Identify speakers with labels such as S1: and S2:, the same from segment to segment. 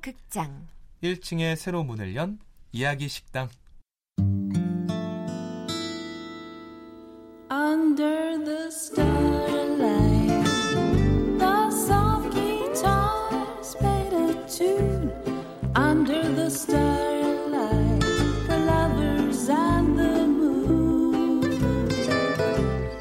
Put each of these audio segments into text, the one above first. S1: 극장
S2: 1층에 새로 문을 연 이야기 식당.
S3: Under the starlight, the soft guitars played a tune. Under the starlight, the lovers and the moon.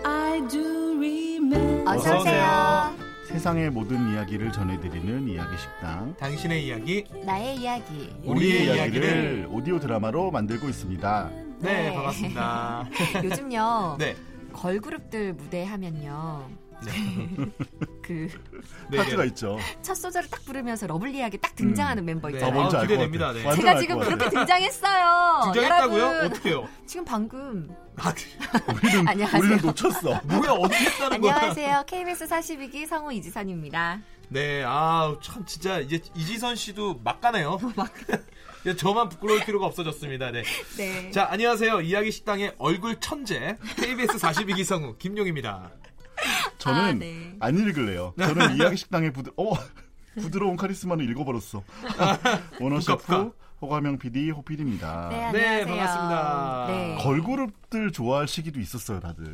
S3: I do remember.
S1: 어서 오세요.
S4: 세상의 모든 이야기를 전해드리는 이야기 식당.
S2: 당신의 이야기.
S1: 나의 이야기.
S2: 우리의 이야기를
S4: 오디오 드라마로 만들고 있습니다.
S2: 네,
S1: 네.
S2: 반갑습니다.
S1: 요즘요
S2: 네.
S1: 걸그룹들 무대 하면요 그 첫
S2: 네.
S4: 파트가 있죠.
S1: 소절을 딱 부르면서 러블리하게 딱 등장하는 멤버
S2: 네.
S4: 아,
S1: 있잖아요.
S4: 뭔지
S2: 아,
S4: 알 것
S2: 기대됩니다.
S4: 같아.
S2: 네.
S4: 완전
S1: 제가
S4: 알것
S1: 지금
S4: 같아.
S1: 그렇게 등장했다고요.
S2: 등장했다고요?
S1: 어, 여러분,
S2: 어떻게요?
S1: 지금 방금
S2: 아,
S4: 우리는,
S1: 안녕하세요. 아,
S4: 우리는 놓쳤어.
S2: 뭐야, 어떻게 했다는 거야?
S1: 안녕하세요. KBS 42기 성우 이지선입니다.
S2: 네, 아, 참, 진짜, 이제 이지선 씨도 막 가네요. 막. 저만 부끄러울 필요가 없어졌습니다. 네.
S1: 네.
S2: 자, 안녕하세요. 이야기 식당의 얼굴 천재, KBS 42기 성우, 김용입니다.
S4: 저는
S1: 아, 네.
S4: 안 읽을래요. 저는 이야기 식당의 부드, 어, 부드러운 카리스마는 읽어버렸어. 원어
S2: 부카, 부카.
S4: 셰프, 호가명 PD, 호필입니다.
S1: 네,
S2: 네,
S1: 안녕하세요.
S2: 반갑습니다.
S1: 네.
S4: 걸그룹들 좋아할 시기도 있었어요, 다들.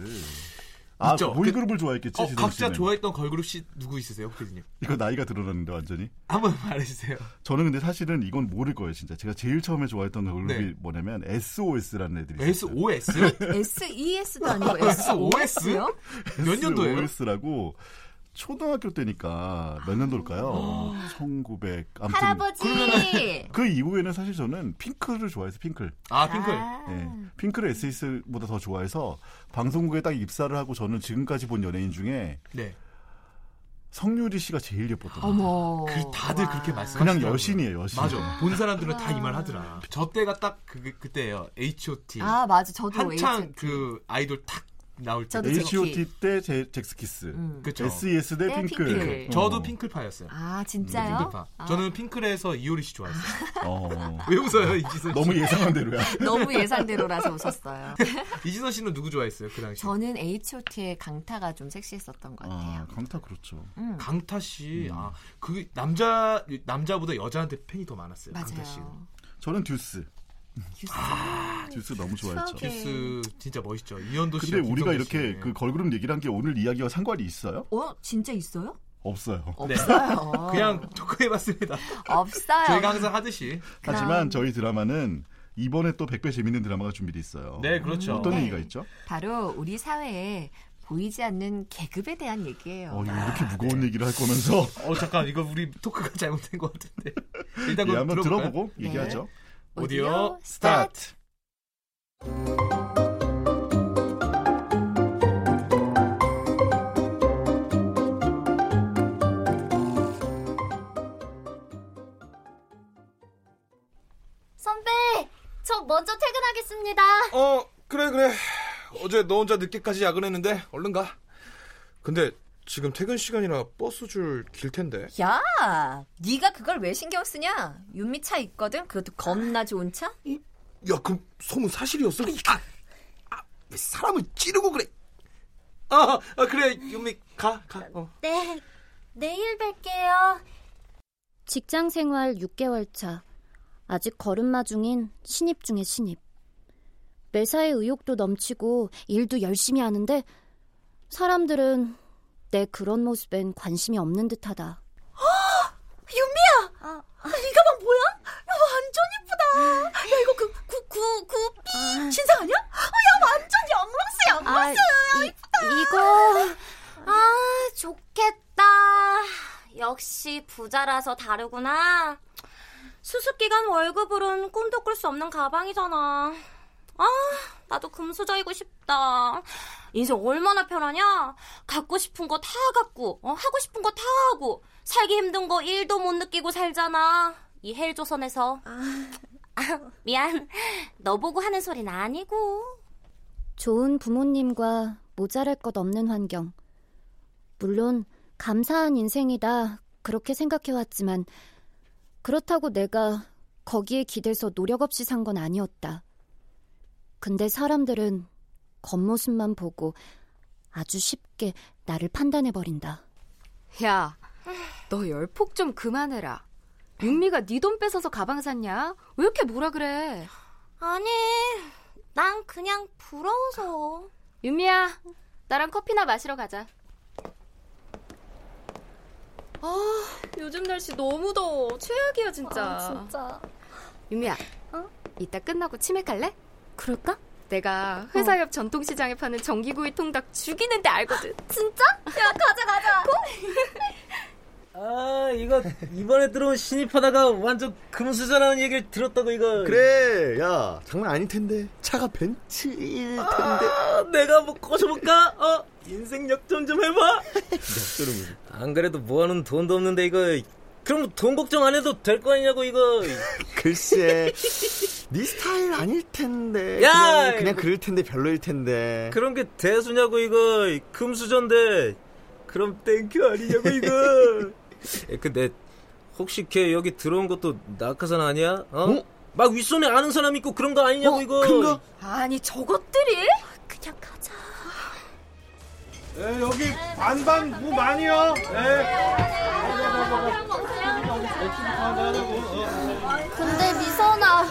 S4: 아,
S2: 있죠.
S4: 보이그룹을 좋아했겠지,
S2: 어,
S4: 지성
S2: 각자
S4: 씨는.
S2: 좋아했던 걸그룹 씨 누구 있으세요, 피디님?
S4: 이거 나이가 드러났는데, 완전히.
S2: 한번 말해주세요.
S4: 저는 근데 사실은 이건 모를 거예요, 진짜. 제가 제일 처음에 좋아했던 걸그룹이
S2: 네.
S4: 뭐냐면 SOS라는 애들이 있어요.
S2: SOS요?
S1: SES도 E 아니고 SOS요?
S2: 몇 년도예요?
S4: SOS라고 초등학교 때니까 몇 년도일까요?
S2: 아.
S4: 1900 아무튼
S1: 할아버지.
S4: 그 이후에는 사실 저는 핑클을 좋아해서 핑클.
S2: 아, 핑클.
S1: 아,
S4: 예. 핑클을 SOS보다 더 좋아해서 방송국에 딱 입사를 하고 저는 지금까지 본 연예인 중에
S2: 네.
S4: 성유리 씨가 제일 예뻤던 것 같아요.
S1: 어머.
S2: 그 다들
S1: 와.
S2: 그렇게 말씀.
S4: 그냥 여신이에요, 여신.
S2: 맞아. 본 사람들은 다 이 말 하더라. 저 때가 딱 그 그때예요. H.O.T.
S1: 아 맞아 저도
S2: 한창
S1: H.O.T..
S2: 그 아이돌 탁 나올 때.
S1: 저도
S4: H.O.T 때 제, 잭스키스.
S1: 음.
S2: 그쵸.
S4: S.E.S 때
S1: 네,
S4: 핑클.
S1: 핑클.
S4: 어.
S2: 저도 핑클파였어요.
S1: 아 진짜요?
S2: 핑클파.
S1: 아,
S2: 음, 저는 핑클에서 이효리 씨 좋아했어요.
S4: 어.
S2: 왜 웃어요, 이지선 씨?
S4: 너무 예상한 대로야.
S1: 너무 예상대로라서 웃었어요.
S2: 이지선 씨는 누구 좋아했어요, 그 당시?
S1: 저는 H.O.T.의 강타가 좀 섹시했었던 것
S4: 아,
S1: 같아요.
S4: 강타 그렇죠.
S1: 음,
S2: 강타 씨, 아, 그 남자 남자보다 여자한테 팬이 더 많았어요. 강타 씨.
S1: 맞아요.
S4: 저는 듀스.
S1: 듀스.
S2: 아.
S4: 듀스 너무 좋아했죠.
S1: 아, 추억의-
S2: 듀스 진짜 멋있죠. 이현도 씨.
S4: 근데 우리가 이렇게 그 걸그룹 얘기를 한 게 오늘 이야기와 상관이 있어요?
S1: 어 진짜 있어요?
S4: 없어요.
S2: 네.
S1: 없어요.
S2: 그냥 토크해봤습니다.
S1: 없어요.
S2: 저희가 항상 하듯이.
S4: 하지만 저희 드라마는 이번에 또 100배 재밌는 드라마가 준비돼 있어요.
S2: 네, 그렇죠.
S4: 어떤
S1: 네.
S4: 얘기가 있죠?
S1: 바로 우리 사회에 보이지 않는 계급에 대한 얘기예요.
S4: 어, 이거 이렇게 무거운 얘기를 할 거면서
S2: 어 잠깐 이거 우리 토크가 잘못된 것 같은데 일단
S4: 예,
S2: 그럼
S4: 한번
S2: 들어볼까요?
S4: 들어보고
S1: 네.
S4: 얘기하죠.
S2: 오디오
S1: 스타트.
S5: 선배, 저 먼저 퇴근하겠습니다.
S2: 어 그래 그래 어제 너 혼자 늦게까지 야근했는데 얼른 가 근데 지금 퇴근 시간이라 버스 줄 길 텐데
S1: 야, 네가 그걸 왜 신경 쓰냐? 윤미차 있거든. 그것도 겁나 좋은 차.
S2: 야 그럼 소문 사실이었어? 아, 아, 왜 사람을 찌르고 그래 아, 아, 그래 윤미 가가 어.
S5: 네, 내일 뵐게요.
S6: 직장 생활 6개월 차. 아직 걸음마 중인 신입 중의 신입. 매사에 의욕도 넘치고 일도 열심히 하는데 사람들은 내 그런 모습엔 관심이 없는 듯하다. 어.
S5: 아, 이거 봐 뭐야? 완전 이쁘다. 야 이거 그 구 구구 삐 신상 아니야? 어, 야 완전 영롱스 영롱.
S6: 아, 이, 이거
S5: 아 좋겠다. 역시 부자라서 다르구나. 수습 기간 월급으론 꿈도 꿀 수 없는 가방이잖아. 아, 나도 금수저이고 싶다. 인생 얼마나 편하냐? 갖고 싶은 거 다 갖고, 어, 하고 싶은 거 다 하고, 살기 힘든 거 일도 못 느끼고 살잖아. 이 헬조선에서. 아, 미안. 너 보고 하는 소린 아니고.
S6: 좋은 부모님과 모자랄 것 없는 환경. 물론 감사한 인생이다 그렇게 생각해왔지만 그렇다고 내가 거기에 기대서 노력 없이 산 건 아니었다. 근데 사람들은 겉모습만 보고 아주 쉽게 나를 판단해버린다.
S1: 야, 너 열폭 좀 그만해라.
S7: 윤미가 네 돈 뺏어서 가방 샀냐? 왜 이렇게 뭐라 그래?
S8: 아니, 난 그냥 부러워서.
S7: 윤미야, 나랑 커피나 마시러 가자. 아, 요즘 날씨 너무 더워. 최악이야, 진짜.
S8: 진짜.
S7: 윤미야, 이따 끝나고 치맥할래?
S6: 어? 그럴까?
S7: 내가 회사 옆 전통시장에 파는 전기구이 통닭 죽이는데 알거든.
S9: 아 이거 이번에 들어온 신입하다가 완전 금수저라는 얘기를 들었다고 이거
S10: 그래, 야, 장난 아닐 텐데. 차가 벤츠일 텐데.
S9: 아, 내가 뭐 꼬셔볼까? 어? 인생 역전 좀 해봐
S10: 역전은
S9: 안 그래도 모아놓은 돈도 없는데 이거 그럼 돈 걱정 안 해도 될 거 아니냐고 이거
S10: 글쎄, 네 스타일 아닐 텐데.
S9: 야!
S10: 그냥, 그냥 그럴 텐데 별로일 텐데.
S9: 그런 게 대수냐고 이거 금수저인데 그럼 땡큐 아니냐고 이거 에, 근데 예, 그 혹시 걔 여기 들어온 것도 낙하산 아니야? 어?
S10: 어?
S9: 막 윗손에 아는 사람 있고 그런 거 아니냐고
S10: 어,
S9: 이거
S10: 그런가?
S7: 아니, 저것들이?
S8: 그냥 가자.
S11: 여기 안방 무 많이요.
S8: 근데 미선아,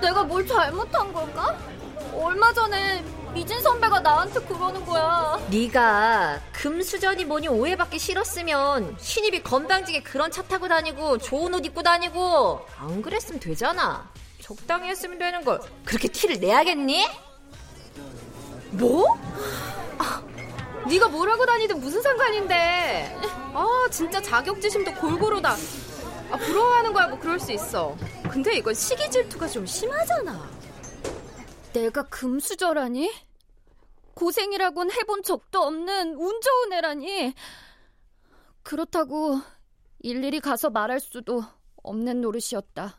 S8: 내가 뭘 잘못한 걸까? 얼마 전에 미진 선배가 나한테 그러는 거야.
S1: 네가 금수전이 뭐니 오해받기 싫었으면 신입이 건방지게 그런 차 타고 다니고 좋은 옷 입고 다니고 안 그랬으면 되잖아. 적당히 했으면 되는 걸 그렇게 티를 내야겠니?
S7: 뭐? 아, 네가 뭐라고 다니든 무슨 상관인데. 아, 진짜 자격지심도 골고루다. 아, 부러워하는 거야, 뭐 그럴 수 있어. 근데 이건 시기 질투가 좀 심하잖아.
S6: 내가 금수저라니? 고생이라곤 해본 적도 없는 운 좋은 애라니? 그렇다고 일일이 가서 말할 수도 없는 노릇이었다.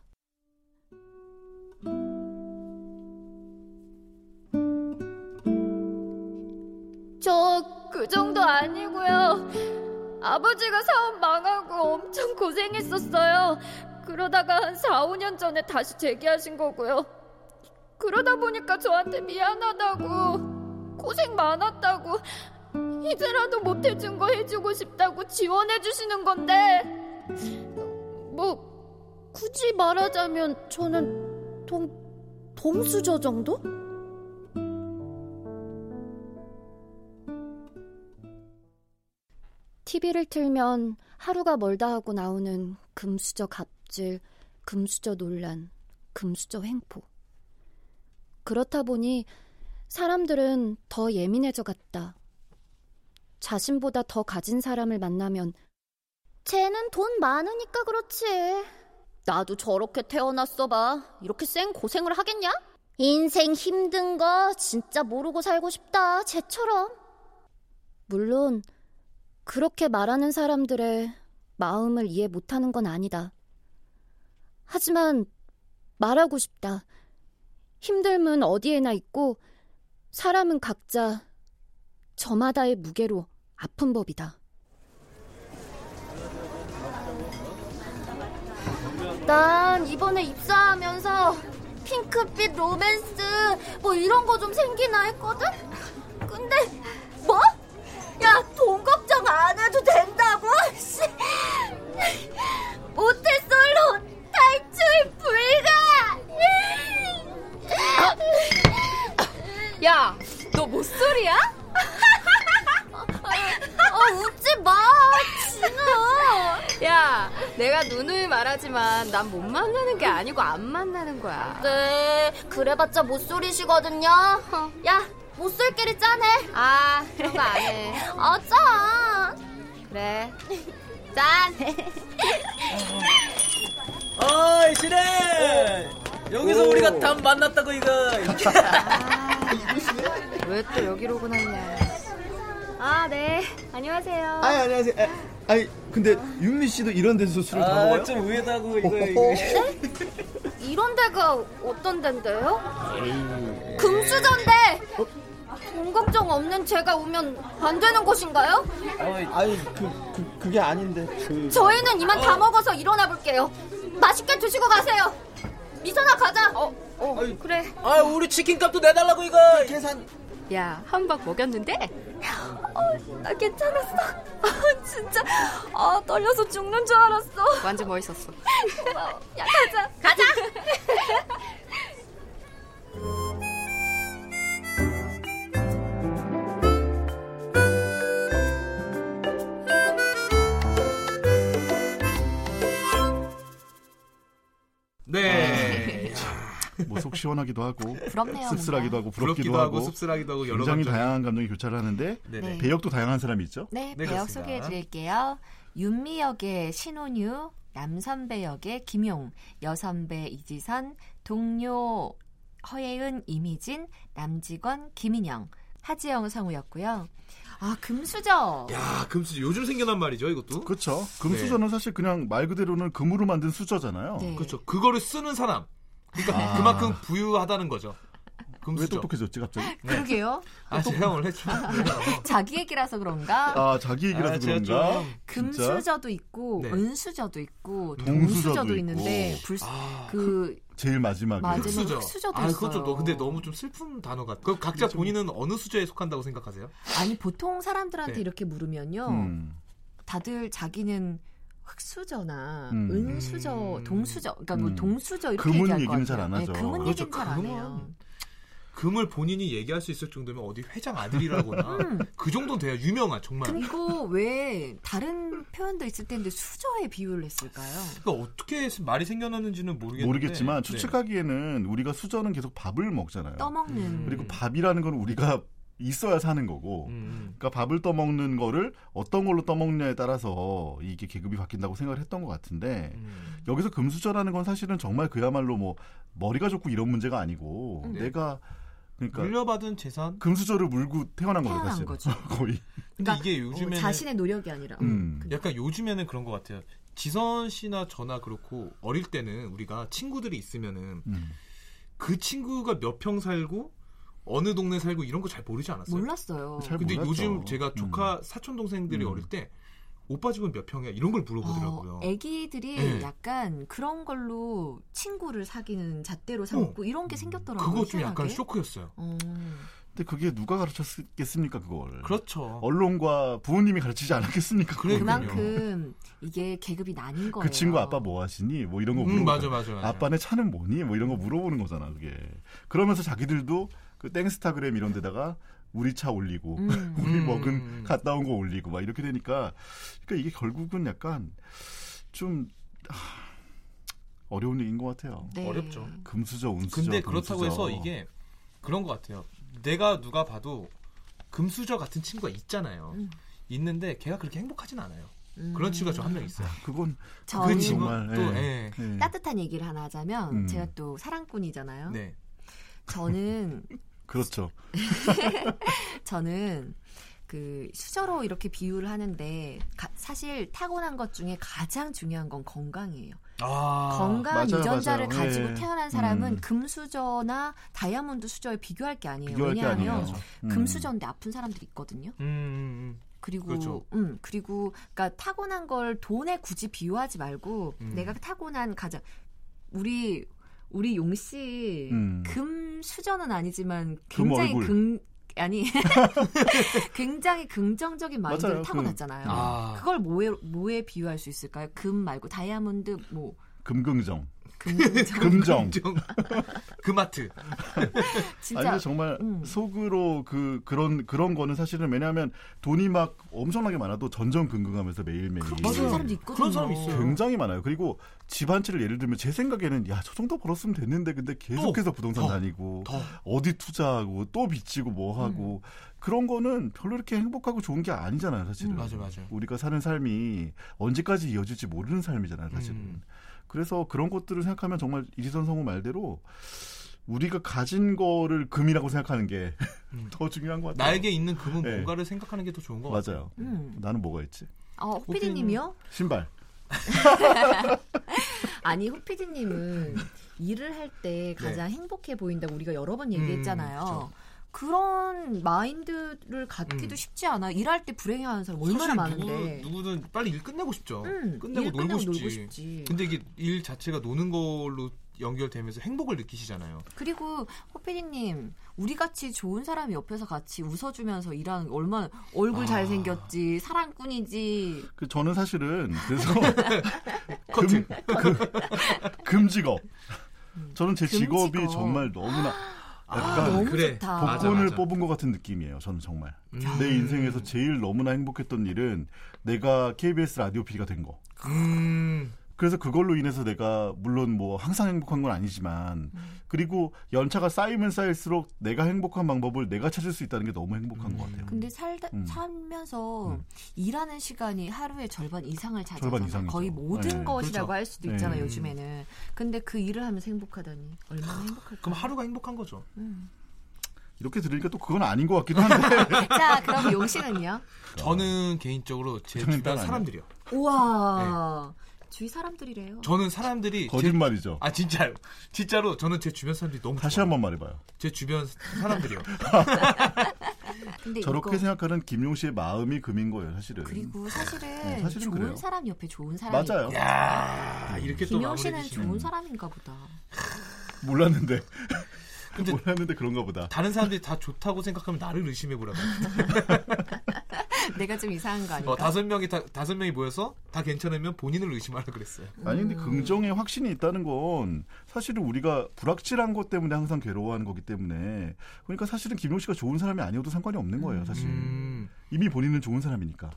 S6: 저 그 정도 아니고요. 아버지가 사업 망하고 엄청 고생했었어요. 그러다가 한 4, 5년 전에 다시 재기하신 거고요. 그러다 보니까 저한테 미안하다고 고생 많았다고 이제라도 못해준 거 해주고 싶다고 지원해주시는 건데 뭐 굳이 말하자면 저는 동 동수저 정도? TV를 틀면 하루가 멀다 하고 나오는 금수저 갑질, 금수저 논란, 금수저 횡포. 그렇다 보니 사람들은 더 예민해져 갔다. 자신보다 더 가진 사람을 만나면 쟤는 돈 많으니까 그렇지. 나도 저렇게 태어났어 봐. 이렇게 쌩 고생을 하겠냐? 인생 힘든 거 진짜 모르고 살고 싶다. 쟤처럼. 물론 그렇게 말하는 사람들의 마음을 이해 못하는 건 아니다. 하지만 말하고 싶다. 힘듦은 어디에나 있고 사람은 각자 저마다의 무게로 아픈 법이다.
S8: 난 이번에 입사하면서 핑크빛 로맨스 뭐 이런 거 좀 생기나 했거든? 근데 뭐? 야, 돈 걱정 안 해도 된다고? 씨. 모태솔로 탈출 불가!
S7: 야, 너 못소리야?
S8: 어, 웃지 마, 진아.
S7: 야, 내가 누누이 말하지만 난 못 만나는 게 아니고 안 만나는 거야.
S8: 네, 그래봤자 못소리시거든요. 야, 못쏠끼리 짠해.
S7: 아, 그런 거 안 해.
S8: 아, 짠.
S7: 그래.
S8: 짠.
S9: 어이 시래 여기서 우리가 다 만났다고 이거
S7: 왜 또 여기로 오고 났냐. 아, 네. 안녕하세요.
S10: 아니, 안녕하세요. 아, 아니, 근데 윤미 씨도 이런 데서 술을 다 먹어요?
S9: 아좀 우회다고 이거 이거
S6: 이런 데가 어떤 데인데요?
S8: 금수저인데 돈 걱정 없는 제가 오면 안 되는 곳인가요?
S10: 아니, 그, 그, 그게 아닌데. 그...
S8: 저희는 이만 다 먹어서 일어나 볼게요. 맛있게 드시고 가세요. 미선아 가자. 어,
S10: 그
S9: 아 우리 치킨값도 내달라고 이거
S7: 야, 한박 먹였는데?
S8: 어, 나 괜찮았어. 아, 진짜. 아, 떨려서 죽는 줄 알았어.
S7: 완전 멋있었어.
S8: 야, 가자. 가자.
S2: 네.
S4: 뭐속 시원하기도 하고
S7: 부럽네요,
S4: 씁쓸하기도 하고 부럽기도,
S2: 부럽기도 하고
S4: 하고
S2: 씁쓸하기도 하고 여러
S4: 굉장히
S2: 감정.
S4: 다양한 감정이 교차를 하는데
S2: 네네.
S4: 배역도 다양한 사람이 있죠.
S1: 네,
S2: 네,
S1: 배역
S2: 그렇습니다.
S1: 소개해 드릴게요. 윤미 역의 신혼유, 남선배 역의 김용, 여선배 이지선, 동료 허예은, 이미진, 남직원 김인영, 하지영 성우였고요. 아, 금수저.
S2: 야, 금수저 요즘 생겨난 말이죠, 이것도.
S4: 그렇죠.
S2: 네.
S4: 금수저는 사실 그냥 말 그대로는 금으로 만든 수저잖아요.
S1: 네.
S2: 그렇죠. 그거를 쓰는 사람. 그러니까
S4: 아.
S2: 그만큼 부유하다는 거죠.
S4: 왜
S2: 금수저.
S4: 똑똑해졌지 갑자기?
S1: 그러게요.
S2: 아, 제가 원래 좀 그래요.
S1: 자기 얘기라서 그런가?
S4: 아 자기 얘기라서
S2: 아, 제가
S4: 그런가?
S2: 좀-
S4: 진짜? 음.
S1: 금수저도 있고
S2: 네.
S1: 은수저도 있고
S4: 동수저도
S1: 동수저도
S4: 있고.
S1: 있는데 불수
S2: 아,
S1: 그
S4: 제일 마지막에
S1: 맞아.
S2: 흑수저.
S1: 흑수저도
S2: 아, 그것 좀
S1: 있어요.
S2: 너- 근데 너무 좀 슬픈 단어 같아. 그럼 각자 본인은 어느 수저에 속한다고 생각하세요?
S1: 아니 보통 사람들한테
S2: 네.
S1: 이렇게 물으면요.
S4: 음.
S1: 다들 자기는 흑수저나
S4: 음.
S1: 은수저,
S2: 음.
S1: 동수저, 그러니까 뭐
S4: 음.
S1: 동수저 이렇게
S4: 금은
S1: 얘기할
S4: 얘기는
S1: 것
S4: 잘안
S1: 같아요.
S4: 하죠.
S1: 네, 금은
S4: 그렇죠.
S1: 얘기는 잘 안
S2: 금은 뭐
S1: 해요.
S2: 금을 본인이 얘기할 수 있을 정도면 어디 회장 아들이라거나 그 정도는 돼야 유명한 정말.
S1: 음. 그리고 왜 다른 표현도 있을 텐데 수저에 비유를 했을까요?
S4: 음.
S2: 그러니까 어떻게 말이 생겨났는지는 모르겠는데
S4: 모르겠지만
S2: 네.
S4: 추측하기에는 우리가 수저는 계속 밥을 먹잖아요.
S1: 떠먹는.
S4: 그리고 밥이라는 건 우리가 있어야 사는 거고.
S2: 음,
S4: 그러니까 밥을 떠먹는 거를 어떤 걸로 떠먹느냐에 따라서 이게 계급이 바뀐다고 생각을 했던 것 같은데
S2: 음.
S4: 여기서 금수저라는 건 사실은 정말 그야말로 뭐 머리가 좋고 이런 문제가 아니고
S2: 네.
S4: 내가 그러니까
S2: 물려받은 재산.
S4: 금수저를 물고 태어난 거예요,
S1: 태어난
S4: 사실.
S1: 거죠.
S4: 거의.
S2: 근데
S1: 그러니까
S2: 이게
S1: 어,
S2: 요즘에는
S1: 자신의 노력이 아니라.
S4: 음.
S2: 약간 요즘에는 그런 것 같아요. 지선 씨나 저나 그렇고 어릴 때는 우리가 친구들이 있으면은
S4: 음.
S2: 그 친구가 몇 평 살고 어느 동네 살고 이런 거 잘 모르지 않았어요.
S1: 몰랐어요.
S4: 잘
S2: 근데
S4: 몰랐죠.
S2: 요즘 제가 조카
S4: 음.
S2: 사촌 동생들이
S4: 음.
S2: 어릴 때 오빠 집은 몇 평이야 이런 걸 물어보더라고요.
S1: 어, 애기들이
S2: 네.
S1: 약간 그런 걸로 친구를 사귀는 잣대로 삼고 이런 게 생겼더라고요.
S2: 어. 그거 좀 약간
S1: 희한하게.
S2: 쇼크였어요.
S1: 어.
S4: 근데 그게 누가 가르쳤겠습니까, 그걸?
S2: 그렇죠.
S4: 어, 언론과 부모님이 가르치지 않았겠습니까? 그걸?
S1: 그만큼 이게 계급이 나뉜 거예요.
S4: 그 친구 아빠 뭐 하시니? 뭐 이런 거
S2: 음,
S4: 물어보고.
S2: 맞아 맞아 맞아.
S4: 아빠네 차는 뭐니? 뭐 이런 거 물어보는 거잖아, 그게. 그러면서 자기들도 그 땡스타그램 이런 데다가 우리 차 올리고
S1: 음.
S4: 우리
S2: 음.
S4: 먹은 갔다 온 거 올리고 막 이렇게 되니까 그러니까 이게 결국은 약간 좀 하, 어려운 얘기인 것 같아요.
S1: 네.
S2: 어렵죠.
S4: 금수저, 운수저.
S2: 근데 그렇다고
S4: 동수저.
S2: 해서 이게 그런 것 같아요. 내가 누가 봐도 금수저 같은 친구가 있잖아요.
S1: 음.
S2: 있는데 걔가 그렇게 행복하진 않아요. 그런 친구가 저 한 명 있어요.
S4: 그건
S1: 저
S2: 그
S4: 그건
S2: 친구
S4: 정말,
S2: 또
S4: 예.
S2: 예.
S4: 예.
S1: 따뜻한 얘기를 하나 하자면
S4: 음.
S1: 제가 또 사랑꾼이잖아요.
S2: 네.
S1: 저는
S4: 그렇죠.
S1: 저는 그 수저로 이렇게 비유를 하는데 가- 사실 타고난 것 중에 가장 중요한 건 건강이에요.
S2: 아.
S1: 건강
S4: 맞아요,
S1: 유전자를
S4: 맞아요.
S1: 가지고
S4: 예.
S1: 태어난 사람은
S4: 음.
S1: 금수저나 다이아몬드 수저에 비교할 게 아니에요.
S4: 비교할 게
S1: 네, 왜냐하면
S4: 아니에요. 음.
S1: 금수저인데 아픈 사람들이 있거든요.
S2: 음, 음,
S1: 그리고
S2: 그렇죠.
S1: 음 그리고 그러니까 타고난 걸 돈에 굳이 비유하지 말고
S2: 음.
S1: 내가 타고난 가장 우리 우리 용씨
S4: 음.
S1: 금수저는 아니지만
S4: 금
S1: 굉장히
S4: 얼굴.
S1: 긍 아니 굉장히 긍정적인 마인드를
S4: 맞아요.
S1: 타고났잖아요.
S2: 음. 아.
S1: 그걸 뭐에 뭐에 비유할 수 있을까요? 금 말고 다이아몬드 뭐
S4: 금긍정.
S1: 긍정
S4: 금정.
S2: 좀- 금아트.
S4: 아니
S1: 진짜
S4: 근데 정말
S1: 음.
S4: 속으로 그 그런 그런 거는 사실은 왜냐하면 돈이 막 엄청나게 많아도 전전긍긍하면서 매일매일
S1: 그렇게 사는 사람도 있거든요.
S2: 그런 사람이 있어요.
S4: 굉장히 많아요. 그리고 집 한 채를 예를 들면 제 생각에는 야 저 정도 벌었으면 됐는데 근데 계속해서 부동산
S2: 더,
S4: 다니고
S2: 더.
S4: 어디 투자하고 또 빚지고 뭐 하고
S2: 음.
S4: 그런 거는 별로 이렇게 행복하고 좋은 게 아니잖아요, 사실은.
S2: 음. 맞아, 맞아.
S4: 우리가 사는 삶이 언제까지 이어질지 모르는 삶이잖아요, 사실은.
S2: 음.
S4: 그래서 그런 것들을 생각하면 정말 이지선 성우 말대로 우리가 가진 거를 금이라고 생각하는 게 더
S2: 음.
S4: 중요한 것 같아요.
S2: 나에게 있는 금은
S4: 네.
S2: 뭔가를 생각하는 게 더 좋은 것 같아요.
S4: 맞아요.
S1: 음.
S4: 나는 뭐가 있지?
S1: 어, 호피디님이요?
S4: 신발.
S1: 아니 호피디님은 일을 할 때 가장
S2: 네.
S1: 행복해 보인다고 우리가 여러
S2: 음,
S1: 번 얘기했잖아요. 그런 마인드를 갖기도
S2: 음.
S1: 쉽지 않아. 일할 때 불행해하는 사람 얼마나
S2: 사실 누구-
S1: 많은데.
S2: 누구든 빨리 일 끝내고 싶죠.
S1: 음,
S2: 끝내고
S1: 일
S2: 놀고 싶지.
S1: 놀고 싶지.
S2: 근데 이게 일 자체가 노는 걸로 연결되면서 행복을 느끼시잖아요.
S1: 그리고 호피디님 우리 같이 좋은 사람이 옆에서 같이 웃어주면서 일하는 게 얼마나
S2: 아.
S1: 얼굴 잘 생겼지 사랑꾼이지
S4: 그 저는 사실은 그래서
S1: 그
S4: 금, 금, 직업
S2: 음.
S4: 저는 제 직업이
S1: 금직업.
S4: 정말 너무나
S1: 아,
S4: 약간
S1: 너무 그래. 좋다.
S4: 복권을
S1: 맞아, 음. 맞아.
S4: 뽑은 것 같은 느낌이에요. 저는 정말 내 인생에서 제일 너무나 행복했던 일은 내가 KBS 라디오 PD가 된 거.
S2: 음,
S4: 그래서 그걸로 인해서 내가 물론 뭐 항상 행복한 건 아니지만
S1: 음.
S4: 그리고 연차가 쌓이면 쌓일수록 내가 행복한 방법을 내가 찾을 수 있다는 게 너무 행복한 것 같아요.
S1: 근데 살다
S4: 음.
S1: 살면서 일하는 시간이 하루의 절반 이상을
S4: 절반
S1: 차지하잖아요.
S4: 이상이죠.
S1: 거의 모든
S4: 네,
S1: 것이라고
S4: 그렇죠.
S1: 할 수도 있잖아요.
S4: 네.
S1: 요즘에는. 근데 그 일을 하면서 행복하다니 얼마나
S4: 아.
S1: 행복할까?
S2: 그럼 하루가 행복한 거죠.
S4: 그러니까. 이렇게 들으니까 또 그건 아닌 것 같기도 한데.
S1: 자, 그럼 용 씨는요?
S2: 저는 개인적으로 제
S4: 저는
S2: 주변
S4: 딸 아니에요.
S2: 사람들이요.
S1: 우와.
S4: 네.
S1: 주위 사람들이래요.
S2: 저는 사람들이
S4: 거짓말이죠.
S2: 아 진짜요. 진짜로 저는 제 주변 사람들이 너무
S4: 다시 한번 말해봐요.
S2: 제 주변 사람들이요.
S1: 근데
S4: 저렇게
S1: 네, 이거
S4: 생각하는 김용 씨의 마음이 금인 거예요, 사실은.
S1: 그리고 사실은,
S4: 네, 사실은
S1: 좋은
S4: 그래요.
S1: 사람 옆에 좋은 사람이
S4: 맞아요.
S1: 있고.
S2: 야, 이렇게 또
S1: 김영
S2: 마무리
S1: 씨는
S2: 해주시네.
S1: 좋은 사람인가 보다.
S4: 몰랐는데. 몰랐는데 그런가 보다.
S2: 다른 사람들이 다 좋다고 생각하면 나를 의심해 보라고.
S1: 내가 좀 이상한 거 아닌가?
S4: 뭐,
S2: 어, 다섯 명이 다 다섯 명이 모여서 다 괜찮으면 본인을 의심하라 그랬어요.
S4: 아니 근데
S1: 음.
S4: 긍정에 확신이 있다는 건 사실은 우리가 불확실한 것 때문에 항상 괴로워하는 거기 때문에 그러니까 사실은 김용 씨가 좋은 사람이 아니어도 상관이 없는
S1: 음.
S4: 거예요 사실
S2: 음.
S4: 이미 본인은 좋은 사람이니까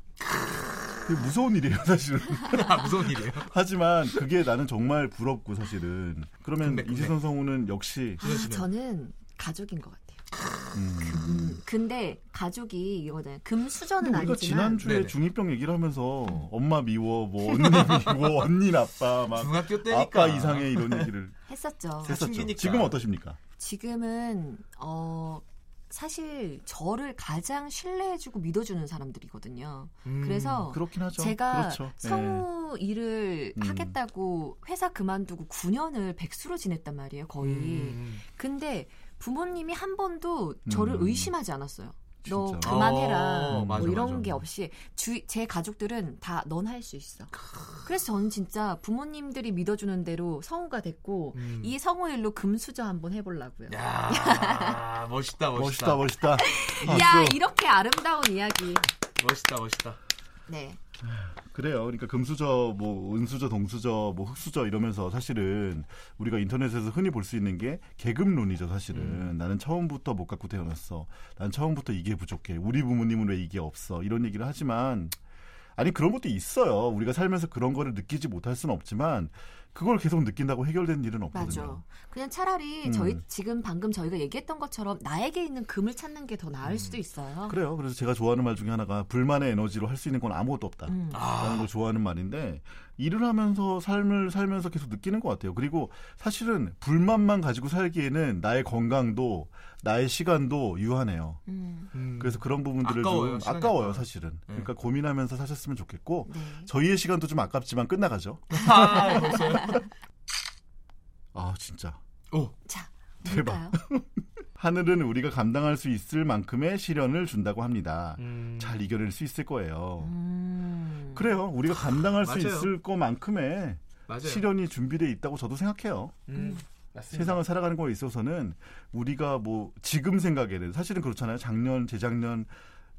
S4: 그게 무서운 일이에요 사실은
S2: 아, 무서운 일이에요
S4: 하지만 그게 나는 정말 부럽고 사실은 그러면
S1: 금맥,
S4: 이지선 성우는 역시
S1: 아, 저는 가족인 것 같아요. 음, 근데 가족이 이거는 금수저는
S4: 근데 우리가
S1: 아니지만
S4: 지난주에 중이병 얘기를 하면서 엄마 미워 뭐 언니 미워 언니 나빠 막
S2: 중학교
S4: 아빠 이상해 이런 얘기를
S1: 했었죠.
S4: 했었죠 지금 어떠십니까?
S1: 지금은 어 사실 저를 가장 신뢰해주고 믿어주는 사람들이거든요.
S4: 음,
S1: 그래서
S4: 그렇긴 하죠.
S1: 제가
S4: 그렇죠.
S1: 성우 일을
S4: 음.
S1: 하겠다고 회사 그만두고 9년을 백수로 지냈단 말이에요, 거의. 근데 부모님이 한 번도 저를
S4: 음.
S1: 의심하지 않았어요. 너
S4: 진짜.
S1: 그만해라
S4: 어,
S1: 뭐
S4: 맞아,
S1: 이런
S4: 맞아.
S1: 게 없이 주, 제 가족들은 다 넌 할 수 있어. 그래서 저는 진짜 부모님들이 믿어주는 대로 성우가 됐고
S4: 음.
S1: 이 성우 일로 금수저 한번 해보려고요. 야,
S2: 아 멋있다
S4: 멋있다
S2: 멋있다
S4: 멋있다
S1: 이렇게 아름다운 이야기.
S2: 멋있다 멋있다.
S1: 네.
S4: 그래요. 그러니까 금수저, 뭐 은수저, 동수저, 뭐 흑수저 이러면서 사실은 우리가 인터넷에서 흔히 볼 수 있는 게 계급론이죠. 사실은 나는 처음부터 못 갖고 태어났어. 난 처음부터 이게 부족해. 우리 부모님은 왜 이게 없어? 이런 얘기를 하지만 아니 그런 것도 있어요. 우리가 살면서 그런 거를 느끼지 못할 수는 없지만 그걸 계속 느낀다고 해결된 일은 없거든요.
S1: 맞아. 그냥 차라리
S4: 음.
S1: 저희 지금 방금 저희가 얘기했던 것처럼 나에게 있는 금을 찾는 게 더 나을
S2: 음.
S1: 수도 있어요.
S4: 그래요. 그래서 제가 좋아하는 말 중에 하나가 불만의 에너지로 할 수 있는 건 아무것도 없다.
S1: 음.
S4: 라는 걸 좋아하는 말인데 일을 하면서 삶을 살면서 계속 느끼는 것 같아요. 그리고 사실은 불만만 가지고 살기에는 나의 건강도 나의 시간도 유한해요.
S1: 음.
S4: 그래서 그런 부분들을
S2: 음. 아까워요,
S4: 좀
S2: 시간이
S4: 아까워요,
S2: 아까워요. 네.
S4: 사실은. 그러니까 고민하면서 사셨으면 좋겠고
S1: 네.
S4: 저희의 시간도 좀 아깝지만 끝나가죠.
S2: 아, 벌써요?
S4: 아 진짜.
S2: 오.
S1: 자, 그러니까
S4: 대박. 하늘은 우리가 감당할 수 있을 만큼의 시련을 준다고 합니다. 잘 이겨낼 수 있을 거예요. 그래요. 우리가 감당할 수
S2: 음. 맞아요.
S4: 있을 것만큼의
S2: 맞아요.
S4: 시련이 준비되어 있다고 저도 생각해요.
S2: 음,
S4: 세상을 살아가는 거에 있어서는 우리가 뭐 지금 생각에는 사실은 그렇잖아요. 작년, 재작년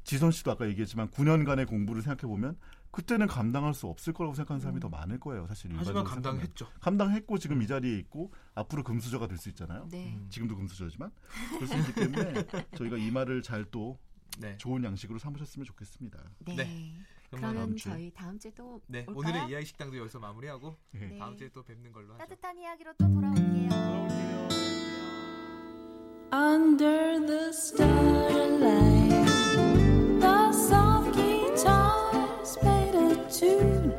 S4: 지선 씨도 아까 얘기했지만 9년간의 공부를 생각해 보면 그때는 감당할 수 없을 거라고 생각하는 사람이 더 많을 거예요. 사실
S2: 음. 하지만
S4: 일반적으로
S2: 감당했죠.
S4: 생각하면. 감당했고 지금 이 자리에 있고 앞으로 금수저가 될 수 있잖아요.
S1: 네. 음.
S4: 지금도 금수저지만 그럴 수 있기 때문에 저희가 이 말을 잘 또
S2: 네.
S4: 좋은 양식으로 삼으셨으면 좋겠습니다.
S1: 네.
S2: 그러면
S1: 그러면
S2: 다음 주.
S1: 저희 다음 주에 또
S2: 네
S1: 올까요?
S2: 오늘의 이야기 식당도 여기서 마무리하고
S1: 어, 네.
S2: 다음 주에 또 뵙는 걸로 하죠.
S1: 따뜻한 이야기로 또 돌아올게요.
S3: Under the starlight, the soft guitars played a tune.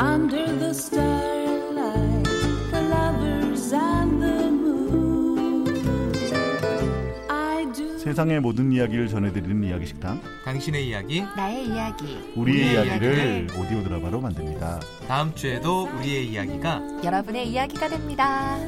S3: Under the starlight, the lovers and the moon. I do.
S4: 세상의 모든 이야기를 전해드리는 이야기 식당
S2: 당신의 이야기,
S1: 나의 이야기,
S4: 우리의 이야기를 오디오 드라마로 만듭니다.
S2: 다음 주에도 우리의 이야기가
S1: 여러분의 이야기가 됩니다.